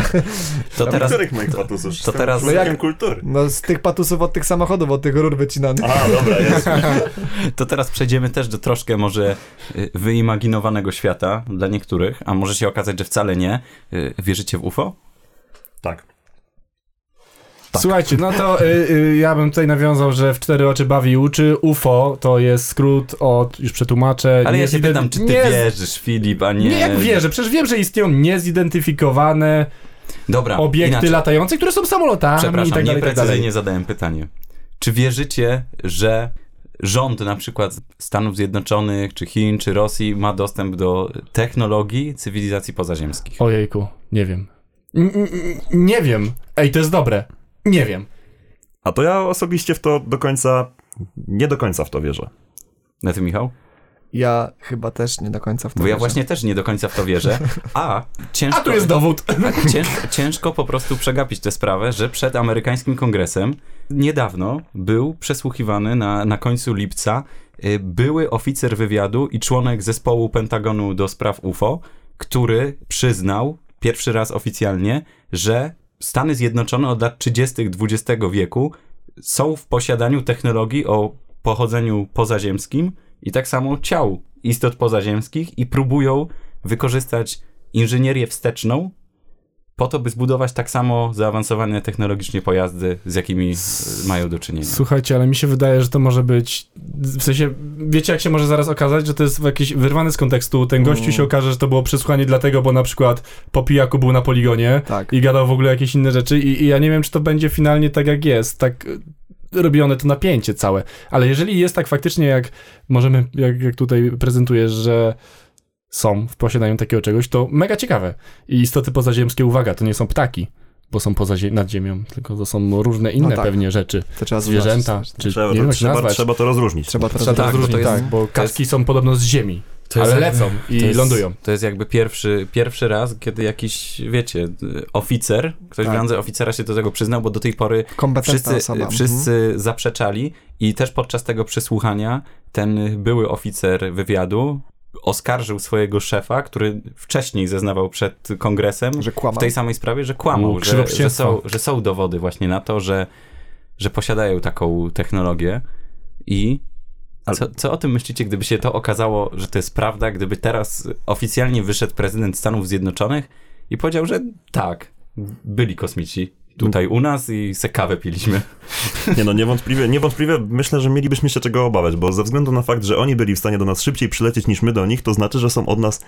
Speaker 4: To teraz,
Speaker 3: Których moich patusów?
Speaker 4: to teraz-
Speaker 3: Jestem człowiekiem
Speaker 1: jak-
Speaker 3: kultury.
Speaker 1: No z tych patusów od tych samochodów, od tych rur wycinanych.
Speaker 3: A, dobra, jest.
Speaker 4: to teraz przejdziemy też do troszkę może y, wyimaginowanego świata dla niektórych, a może się okazać, że wcale nie. Y, Wierzycie w UFO?
Speaker 3: Tak.
Speaker 4: Tak.
Speaker 2: Słuchajcie, no to y, y, ja bym tutaj nawiązał, że w cztery oczy bawi i uczy. UFO to jest skrót od, już przetłumaczę.
Speaker 4: Ale ja się
Speaker 2: nieziden-
Speaker 4: pytam, czy ty
Speaker 2: nie-
Speaker 4: wierzysz, Filip, a nie...
Speaker 2: Nie, jak wierzę, przecież wiem, że istnieją niezidentyfikowane
Speaker 4: Dobra,
Speaker 2: obiekty
Speaker 4: Tak, inaczej.
Speaker 2: latające, które są samolotami
Speaker 4: Przepraszam,
Speaker 2: i tak dalej, i tak
Speaker 4: nieprecyzyjnie
Speaker 2: dalej.
Speaker 4: zadałem pytanie. Czy wierzycie, że rząd na przykład Stanów Zjednoczonych, czy Chin, czy Rosji ma dostęp do technologii cywilizacji pozaziemskich?
Speaker 2: Ojejku, nie wiem. N- n- n- nie wiem. Ej, to jest dobre. Nie wiem.
Speaker 3: A to ja osobiście w to do końca, nie do końca w to wierzę.
Speaker 4: Na ty, Michał?
Speaker 1: Ja chyba też nie do końca w to
Speaker 4: Bo ja
Speaker 1: wierzę.
Speaker 4: właśnie też nie do końca w to wierzę, a ciężko...
Speaker 2: A tu jest dowód.
Speaker 4: A Cięż, ciężko po prostu przegapić tę sprawę, że przed amerykańskim kongresem niedawno był przesłuchiwany na, na końcu lipca y, były oficer wywiadu i członek zespołu Pentagonu do spraw UFO, który przyznał pierwszy raz oficjalnie, że Stany Zjednoczone od lat 30. XX wieku są w posiadaniu technologii o pochodzeniu pozaziemskim i tak samo ciał istot pozaziemskich i próbują wykorzystać inżynierię wsteczną po to, by zbudować tak samo zaawansowane technologicznie pojazdy, z jakimi e, mają do czynienia.
Speaker 2: Słuchajcie, ale mi się wydaje, że to może być. W sensie, wiecie, jak się może zaraz okazać, że to jest jakiś wyrwany z kontekstu. Ten gościu
Speaker 4: Mm.
Speaker 2: się okaże, że to było przesłuchanie dlatego, bo na przykład po pijaku był na poligonie
Speaker 1: Tak.
Speaker 2: i gadał w ogóle jakieś inne rzeczy. I, I ja nie wiem, czy to będzie finalnie tak, jak jest. Tak y, robione to napięcie całe. Ale jeżeli jest tak faktycznie, jak możemy, jak, jak tutaj prezentujesz, że są w posiadaniu takiego czegoś, to mega ciekawe. I istoty pozaziemskie, uwaga, to nie są ptaki. Bo są poza zie- nad ziemią, tylko to są różne inne
Speaker 4: No
Speaker 1: tak.
Speaker 2: pewnie rzeczy
Speaker 1: To trzeba
Speaker 2: zwierzęta,
Speaker 1: zaznaczyć.
Speaker 2: czy
Speaker 3: Trzeba,
Speaker 2: nie wiem jak się
Speaker 3: trzeba,
Speaker 2: nazwać.
Speaker 3: trzeba to rozróżnić.
Speaker 1: Trzeba to
Speaker 2: Trzeba to
Speaker 4: Tak, bo
Speaker 1: rozróżnić.
Speaker 2: rozróżnić,
Speaker 4: to jest-
Speaker 2: tak, bo
Speaker 4: to jest-
Speaker 2: kaczki są podobno z ziemi,
Speaker 4: To
Speaker 2: ale
Speaker 4: jest-
Speaker 2: lecą i
Speaker 4: To jest-
Speaker 2: lądują.
Speaker 4: To jest jakby pierwszy, pierwszy raz, kiedy jakiś, wiecie, y, oficer, ktoś
Speaker 1: Tak.
Speaker 4: w randze oficera się do tego przyznał, bo do tej pory
Speaker 1: Kompetentna
Speaker 4: wszyscy, y,
Speaker 1: osoba. Mhm.
Speaker 4: wszyscy zaprzeczali i też podczas tego przesłuchania ten były oficer wywiadu oskarżył swojego szefa, który wcześniej zeznawał przed kongresem
Speaker 1: Że kłamał.
Speaker 4: w tej samej sprawie, że kłamał,
Speaker 2: U,
Speaker 4: że, że, są,
Speaker 2: krzywoprzyjemstwo.
Speaker 4: że są dowody właśnie na to, że, że posiadają taką technologię i co, co o tym myślicie, gdyby się to okazało, że to jest prawda, gdyby teraz oficjalnie wyszedł prezydent Stanów Zjednoczonych i powiedział, że tak, byli kosmici tutaj u nas i se kawę piliśmy.
Speaker 3: Nie no, niewątpliwie, niewątpliwie myślę, że mielibyśmy się czego obawiać, bo ze względu na fakt, że oni byli w stanie do nas szybciej przylecieć niż my do nich, to znaczy, że są od nas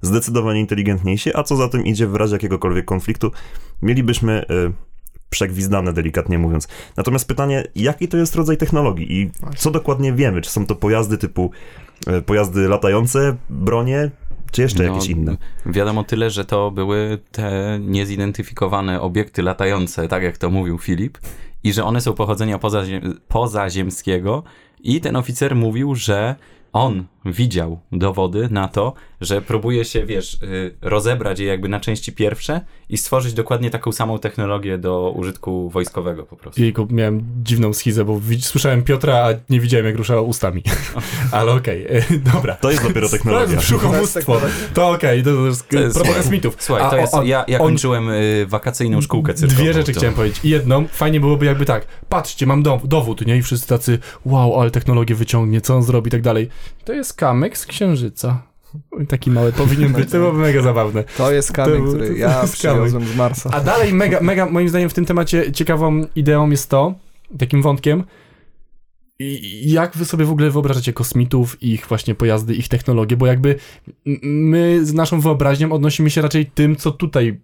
Speaker 3: zdecydowanie inteligentniejsi, a co za tym idzie w razie jakiegokolwiek konfliktu, mielibyśmy y, przegwizdane, delikatnie mówiąc. Natomiast pytanie, jaki to jest rodzaj technologii i co dokładnie wiemy? Czy są to pojazdy typu y, pojazdy latające, bronie, czy jeszcze jakieś
Speaker 4: No,
Speaker 3: inne?
Speaker 4: Wiadomo tyle, że to były te niezidentyfikowane obiekty latające, tak jak to mówił Filip, i że one są pochodzenia pozazie- pozaziemskiego. I ten oficer mówił, że on widział dowody na to, że próbuje się, wiesz, y, rozebrać je jakby na części pierwsze i stworzyć dokładnie taką samą technologię do użytku wojskowego po prostu.
Speaker 2: Jejku, miałem dziwną schizę, bo wi- słyszałem Piotra, a nie widziałem, jak ruszała ustami. Ale okej, e, dobra.
Speaker 3: To jest dopiero technologia.
Speaker 2: Brzuchomóstwo. To okej, to, to jest,
Speaker 4: To jest-
Speaker 2: propozycja mitów.
Speaker 4: Słuchaj,
Speaker 2: A
Speaker 4: to
Speaker 2: o-
Speaker 4: jest,
Speaker 2: o-
Speaker 4: ja, ja
Speaker 2: on-
Speaker 4: kończyłem y, wakacyjną szkółkę cyrkową.
Speaker 2: Dwie rzeczy
Speaker 4: to-
Speaker 2: chciałem powiedzieć. Jedną, fajnie byłoby jakby tak, patrzcie, mam dom, dowód, nie? I wszyscy tacy, wow, ale technologię wyciągnie, co on zrobi i tak dalej. To jest kamyk z księżyca. Taki mały powinien być, to byłoby mega zabawne.
Speaker 1: To jest kamień,
Speaker 2: To-
Speaker 1: który
Speaker 2: to-
Speaker 1: ja
Speaker 2: to jest
Speaker 1: przywiozłem z Marsa.
Speaker 2: A dalej mega, mega moim zdaniem w tym temacie ciekawą ideą jest to, takim wątkiem, i- jak wy sobie w ogóle wyobrażacie kosmitów, ich właśnie pojazdy, ich technologie, bo jakby m- my z naszą wyobraźnią odnosimy się raczej tym, co tutaj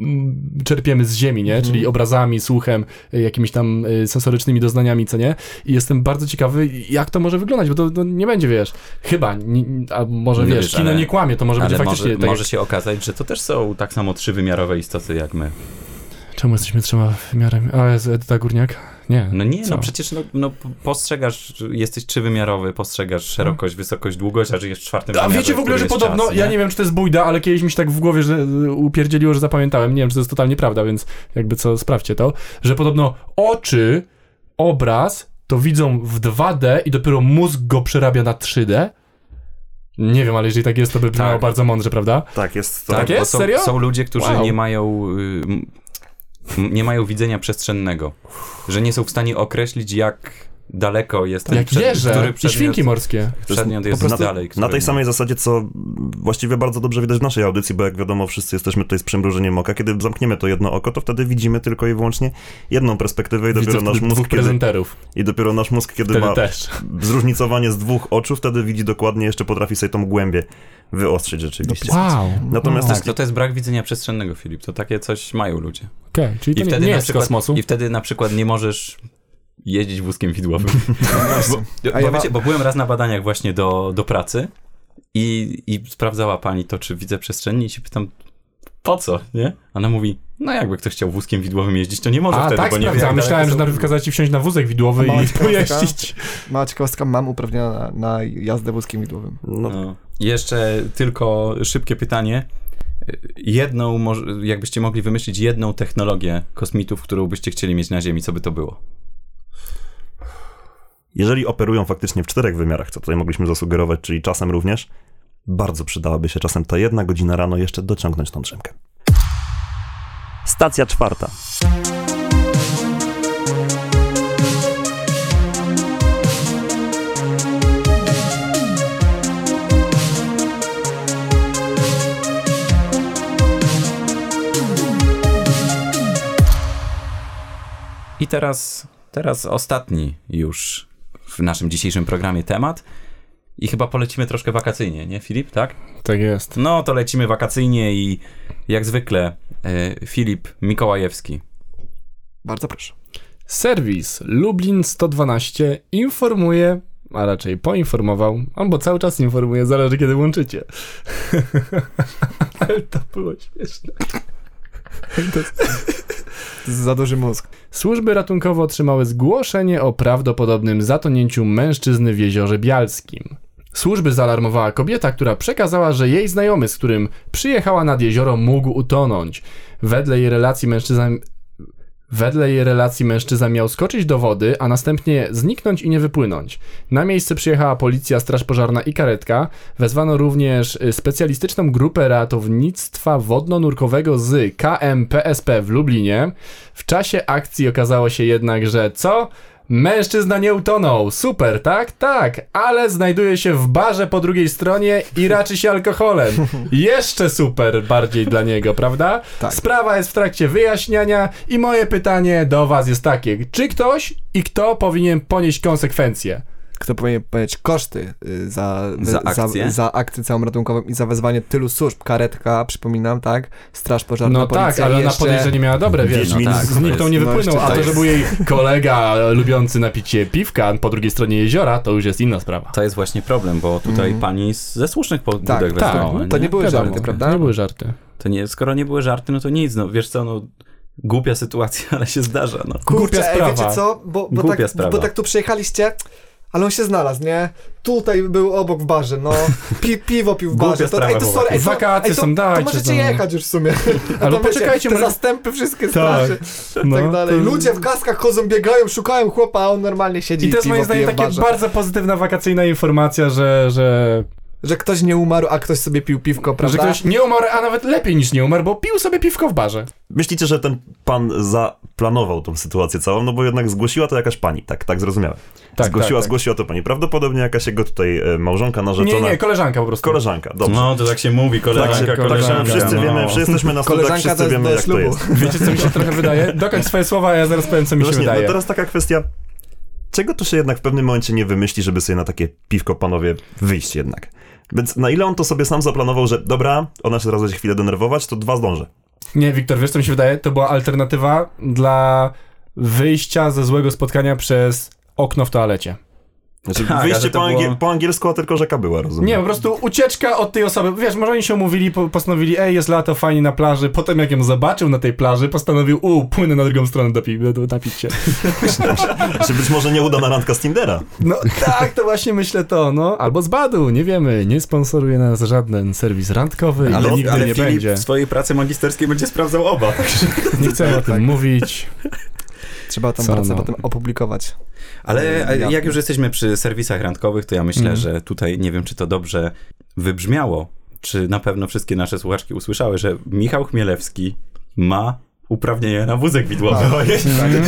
Speaker 2: m, czerpiemy z ziemi, nie?
Speaker 4: Mhm.
Speaker 2: Czyli obrazami, słuchem, y, jakimiś tam y, sensorycznymi doznaniami, co nie? I jestem bardzo ciekawy, jak to może wyglądać, bo to, to nie będzie, wiesz, chyba, ni- a może,
Speaker 4: No
Speaker 2: wiesz,
Speaker 4: wiesz,
Speaker 2: kino
Speaker 4: ale-
Speaker 2: nie kłamie, to może
Speaker 4: Ale
Speaker 2: będzie faktycznie...
Speaker 4: może,
Speaker 2: tak jak-
Speaker 4: może się okazać, że to też są tak samo trzywymiarowe istoty jak my.
Speaker 2: Czemu jesteśmy trzema wymiarami? A, jest Edyta Górniak? Nie.
Speaker 4: No nie,
Speaker 2: Co?
Speaker 4: no przecież no, no postrzegasz, jesteś trzywymiarowy, postrzegasz szerokość, wysokość, długość, a żyjesz w czwartym
Speaker 2: No. A
Speaker 4: wymiarze,
Speaker 2: wiecie w ogóle,
Speaker 4: który
Speaker 2: że
Speaker 4: jest
Speaker 2: podobno,
Speaker 4: czas,
Speaker 2: ja nie wiem, czy to jest bójda, ale kiedyś mi się tak w głowie że, y, upierdzieliło, że zapamiętałem. Nie wiem, czy to jest totalnie prawda, więc jakby co, sprawdźcie to. Że podobno oczy, obraz to widzą w 2D i dopiero mózg go przerabia na 3D. Nie wiem, ale jeżeli tak jest, to by brzmiało
Speaker 4: Tak.
Speaker 2: bardzo mądrze, prawda?
Speaker 3: Tak, jest to.
Speaker 2: Tak
Speaker 4: Bo
Speaker 2: jest?
Speaker 4: są,
Speaker 2: Serio?
Speaker 4: Są ludzie, którzy
Speaker 2: Wow.
Speaker 4: nie mają y, m- nie mają widzenia przestrzennego, że nie są w stanie określić jak daleko jest ten
Speaker 2: Jak
Speaker 4: przed- Tak. który
Speaker 2: jeże i
Speaker 4: przedmiot,
Speaker 2: świnki morskie.
Speaker 4: przedmiot jest
Speaker 3: na,
Speaker 4: dalej. który
Speaker 3: na tej
Speaker 4: nie.
Speaker 3: samej zasadzie, co właściwie bardzo dobrze widać w naszej audycji, bo jak wiadomo, wszyscy jesteśmy tutaj z przymrużeniem oka. Kiedy zamkniemy to jedno oko, to wtedy widzimy tylko i wyłącznie jedną perspektywę i
Speaker 2: Widzę
Speaker 3: dopiero nasz
Speaker 2: wtedy dwóch
Speaker 3: mózg, kiedy,
Speaker 2: prezenterów.
Speaker 3: i dopiero nasz mózg, kiedy
Speaker 2: Wtedy
Speaker 3: ma
Speaker 2: też.
Speaker 3: zróżnicowanie z dwóch oczu, wtedy widzi dokładnie, jeszcze potrafi sobie tą głębię wyostrzyć rzeczywiście.
Speaker 2: Wow.
Speaker 3: Natomiast
Speaker 2: Wow.
Speaker 4: Tak, to, to jest brak widzenia przestrzennego, Filip. To takie coś mają ludzie.
Speaker 2: Okej, czyli to
Speaker 4: I
Speaker 2: nie,
Speaker 4: wtedy,
Speaker 2: nie
Speaker 4: na
Speaker 2: jest z
Speaker 4: przykład,
Speaker 2: kosmosu.
Speaker 4: I wtedy na przykład nie możesz jeździć wózkiem widłowym.
Speaker 2: No
Speaker 4: bo, bo,
Speaker 1: A ja ma-
Speaker 4: wiecie, bo byłem raz na badaniach właśnie do, do pracy i, i sprawdzała pani to, czy widzę przestrzennie i się pytam, po co, nie? Ona mówi, no jakby ktoś chciał wózkiem widłowym jeździć, to nie może
Speaker 2: A,
Speaker 4: wtedy,
Speaker 2: tak,
Speaker 4: bo nie wie,
Speaker 2: sprawdzam.
Speaker 4: jak
Speaker 2: Myślałem, że
Speaker 4: daleko No, tak,
Speaker 2: najpierw kazać ci wsiąść na wózek widłowy
Speaker 1: Mała
Speaker 2: i
Speaker 1: ciekawostka.
Speaker 2: pojeździć.
Speaker 1: Mała ciekawostka, mam uprawnienia na, na jazdę wózkiem widłowym.
Speaker 3: No,
Speaker 4: No. Jeszcze tylko szybkie pytanie. Jedną, może- jakbyście mogli wymyślić jedną technologię kosmitów, którą byście chcieli mieć na Ziemi, co by to było?
Speaker 3: jeżeli operują faktycznie w czterech wymiarach, co tutaj mogliśmy zasugerować, czyli czasem również, bardzo przydałaby się czasem ta jedna godzina rano jeszcze dociągnąć tą drzemkę. Stacja czwarta.
Speaker 4: I teraz, teraz ostatni już w naszym dzisiejszym programie temat. I chyba polecimy troszkę wakacyjnie, nie Filip, tak?
Speaker 2: Tak jest.
Speaker 4: No to lecimy wakacyjnie i jak zwykle e, Filip Mikołajewski.
Speaker 1: Bardzo proszę.
Speaker 2: Serwis Lublin 112 informuje, a raczej poinformował, albo cały czas informuje, zależy kiedy łączycie. Ale to było śmieszne.
Speaker 1: To jest za duży mózg.
Speaker 2: Służby ratunkowe otrzymały zgłoszenie o prawdopodobnym zatonięciu mężczyzny w jeziorze Bialskim. Służby zaalarmowała kobieta, która przekazała, że jej znajomy, z którym przyjechała nad jezioro, mógł utonąć. Wedle jej relacji mężczyzna. Wedle jej relacji mężczyzna miał skoczyć do wody, a następnie zniknąć i nie wypłynąć. Na miejsce przyjechała policja, straż pożarna i karetka. Wezwano również y, specjalistyczną grupę ratownictwa wodno-nurkowego z KMPSP w Lublinie. W czasie akcji okazało się jednak, że co? Mężczyzna nie utonął. Super, tak? Tak, ale znajduje się w barze po drugiej stronie i raczy się alkoholem. Jeszcze super bardziej dla niego, prawda?
Speaker 1: Tak.
Speaker 2: Sprawa jest w trakcie wyjaśniania i moje pytanie do was jest takie. Czy ktoś i kto powinien ponieść konsekwencje?
Speaker 1: Kto powinien powiedzieć koszty y, za,
Speaker 4: Za akcję?
Speaker 1: za, za akcję całą ratunkową i za wezwanie tylu służb. Karetka, przypominam, tak? Straż pożarna,
Speaker 2: No tak,
Speaker 1: policja i
Speaker 2: ale na
Speaker 1: jeszcze...
Speaker 2: podejrzenie miała dobre, wiesz,
Speaker 3: Wiedźmin
Speaker 2: no tak.
Speaker 3: z-
Speaker 2: zniknął,
Speaker 4: to
Speaker 2: nie
Speaker 1: jest- no
Speaker 2: wypłynął,
Speaker 1: jeszcze to
Speaker 2: a to, że
Speaker 1: jest-
Speaker 2: był jej kolega lubiący napicie piwka po drugiej stronie jeziora, to już jest inna sprawa.
Speaker 4: To jest właśnie problem, bo tutaj pani z, ze słusznych pobudek
Speaker 1: Tak, tak.
Speaker 4: wezwała.
Speaker 1: To nie były
Speaker 2: Wiadomo,
Speaker 1: żarty, prawda?
Speaker 2: Nie były żarty.
Speaker 4: To nie, skoro nie były żarty, no to nic, no wiesz co, no głupia sytuacja, ale się zdarza, no.
Speaker 2: Głupia
Speaker 1: Kurczę, ej,
Speaker 2: sprawa.
Speaker 1: wiecie co? Bo, bo,
Speaker 4: Głupia
Speaker 1: tak,
Speaker 4: sprawa.
Speaker 1: bo tak tu przyjechaliście, ale on się znalazł, nie? Tutaj był obok w barze, no. Pi, piwo pił w
Speaker 4: Głupia
Speaker 1: barze.
Speaker 4: sprawa
Speaker 1: ej, to,
Speaker 4: była.
Speaker 1: sorry, ej, to,
Speaker 2: Wakacje
Speaker 1: ej, to,
Speaker 2: są, dajcie,
Speaker 1: To możecie
Speaker 2: no.
Speaker 1: jechać już w sumie.
Speaker 2: Ale
Speaker 1: To wiecie,
Speaker 2: poczekajcie,
Speaker 1: Te
Speaker 2: może- Tak,
Speaker 1: zastępy wszystkie straży.
Speaker 2: no,
Speaker 1: tak dalej.
Speaker 2: to-
Speaker 1: Ludzie w kaskach chodzą, biegają, szukają chłopa, a on normalnie siedzi
Speaker 2: I to jest
Speaker 1: piwo
Speaker 2: moim zdaniem
Speaker 1: pije w
Speaker 2: taka
Speaker 1: barze.
Speaker 2: bardzo pozytywna wakacyjna informacja, że, że,
Speaker 1: Że ktoś nie umarł, a ktoś sobie pił piwko, prawda?
Speaker 2: że ktoś nie umarł, a nawet lepiej niż nie umarł, bo pił sobie piwko w barze.
Speaker 3: Myślicie, że ten pan zaplanował tą sytuację całą? No bo jednak zgłosiła to jakaś pani, tak, tak zrozumiałem.
Speaker 2: Tak,
Speaker 3: zgłosiła,
Speaker 2: tak, tak.
Speaker 3: zgłosiła to pani. Prawdopodobnie jakaś jego tutaj e, małżonka
Speaker 2: Nie,
Speaker 3: narzeczona.
Speaker 2: nie, koleżanka po prostu.
Speaker 3: koleżanka, dobrze.
Speaker 4: No, to tak się mówi, koleżanka,
Speaker 3: Także,
Speaker 4: koleżanka.
Speaker 3: także wszyscy
Speaker 4: no.
Speaker 3: wiemy, wszyscy jesteśmy
Speaker 2: tak
Speaker 3: na studiach,
Speaker 1: Koleżanka to
Speaker 3: wszyscy
Speaker 1: jest
Speaker 3: wiemy
Speaker 1: do
Speaker 3: jak to
Speaker 1: ślubu.
Speaker 3: jest.
Speaker 2: Wiecie, co mi się trochę wydaje? Dokończ swoje słowa, a ja zaraz powiem, co mi się
Speaker 3: Właśnie,
Speaker 2: wydaje.
Speaker 3: no teraz taka kwestia, czego tu się jednak w pewnym momencie nie wymyśli, żeby sobie na takie piwko panowie wyjść jednak. Więc na ile on to sobie sam zaplanował, że dobra, ona się teraz będzie chwilę denerwować, to dwa zdążę.
Speaker 2: Nie, Wiktor, wiesz co mi się wydaje? To była alternatywa dla wyjścia ze złego spotkania przez okno w toalecie.
Speaker 3: Znaczy,
Speaker 4: Tak, ale
Speaker 3: wyjście
Speaker 4: to
Speaker 3: po, angie-
Speaker 4: było-
Speaker 3: po angielsku, a tylko rzeka była, rozumiem.
Speaker 2: Nie, po prostu ucieczka od tej osoby. Wiesz, może oni się umówili, po, postanowili, ej, jest lato, fajnie na plaży. Potem jak ją zobaczył na tej plaży, postanowił, u, płynę na drugą stronę do, pi- do, napić się.
Speaker 3: Czy być może nieudana randka z Tindera?
Speaker 2: No tak, to właśnie myślę to, no. Albo zbadł, nie wiemy, nie sponsoruje nas żaden serwis randkowy, ale
Speaker 4: Ale,
Speaker 2: nigdy
Speaker 4: No, ale
Speaker 2: nie
Speaker 4: Filip
Speaker 2: będzie.
Speaker 4: w swojej pracy magisterskiej będzie sprawdzał oba.
Speaker 2: Nie chcę o
Speaker 4: Tak.
Speaker 2: tym mówić.
Speaker 1: Trzeba tą
Speaker 2: Co
Speaker 1: pracę
Speaker 2: no.
Speaker 1: potem opublikować.
Speaker 4: Ale a
Speaker 1: Ja-
Speaker 4: jak już jesteśmy przy serwisach randkowych, to ja myślę,
Speaker 2: Yy, Mhm.
Speaker 4: że tutaj nie wiem, czy to dobrze wybrzmiało, czy na pewno wszystkie nasze słuchaczki usłyszały, że Michał Chmielewski ma uprawnienia na wózek widłowy.
Speaker 2: No,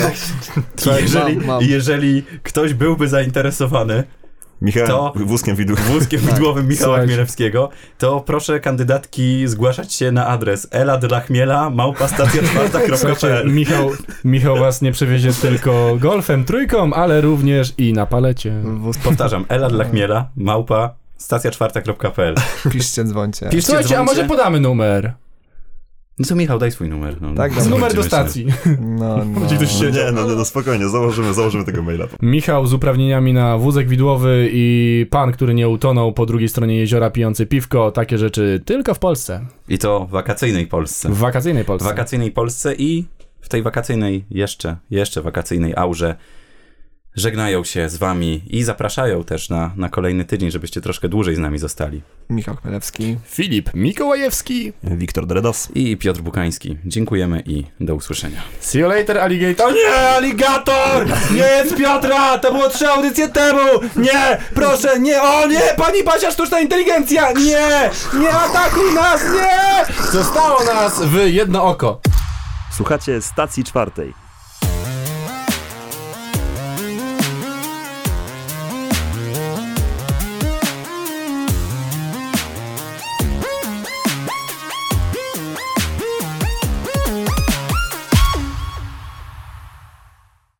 Speaker 3: Tak,
Speaker 2: Tak,
Speaker 4: I jeżeli,
Speaker 1: Mam, mam.
Speaker 4: jeżeli ktoś byłby zainteresowany
Speaker 3: Michał,
Speaker 4: To-
Speaker 3: wózkiem widłu.
Speaker 4: wózkiem widłowym Michała
Speaker 2: Tak, Słuchajcie.
Speaker 4: Chmielewskiego, to proszę kandydatki zgłaszać się na adres eladlachmiela
Speaker 2: Słuchajcie,
Speaker 4: małpastacja4.pl
Speaker 2: Znaczy, Michał, Michał was nie przewiezie tylko golfem, trójką, ale również i na palecie.
Speaker 1: Wóz,
Speaker 4: Powtarzam, eladlachmiela małpa stacja czwarta.pl.
Speaker 1: piszcie, dzwońcie.
Speaker 4: Piszcie,
Speaker 2: Słuchajcie, a
Speaker 4: dzwońcie.
Speaker 2: może podamy numer?
Speaker 4: No co Michał, daj swój numer. No,
Speaker 1: Tak, dobra.
Speaker 2: Numer do
Speaker 4: Będziemy się-
Speaker 2: stacji.
Speaker 1: No, no.
Speaker 2: Będzie ktoś się-
Speaker 3: Nie, no, no, no spokojnie, założymy, założymy tego maila.
Speaker 2: Michał z uprawnieniami na wózek widłowy i pan, który nie utonął po drugiej stronie jeziora pijący piwko. Takie rzeczy tylko w Polsce.
Speaker 4: I to w wakacyjnej Polsce.
Speaker 2: W wakacyjnej
Speaker 4: W
Speaker 2: Polsce.
Speaker 4: wakacyjnej Polsce i w tej wakacyjnej jeszcze, jeszcze wakacyjnej aurze żegnają się z wami i zapraszają też na, na kolejny tydzień, żebyście troszkę dłużej z nami zostali.
Speaker 1: Michał Chmielewski.
Speaker 2: Filip Mikołajewski.
Speaker 3: Wiktor Dredos.
Speaker 4: I Piotr Bukański. Dziękujemy i do usłyszenia.
Speaker 2: See you later, alligator. O nie, alligator! Nie jest Piotra! To było trzy audycje temu! Nie! Proszę, nie! O nie! Pani Basia, sztuczna inteligencja! Nie! Nie atakuj nas! Nie! Zostało nas w jedno oko.
Speaker 3: Słuchacie stacji czwartej.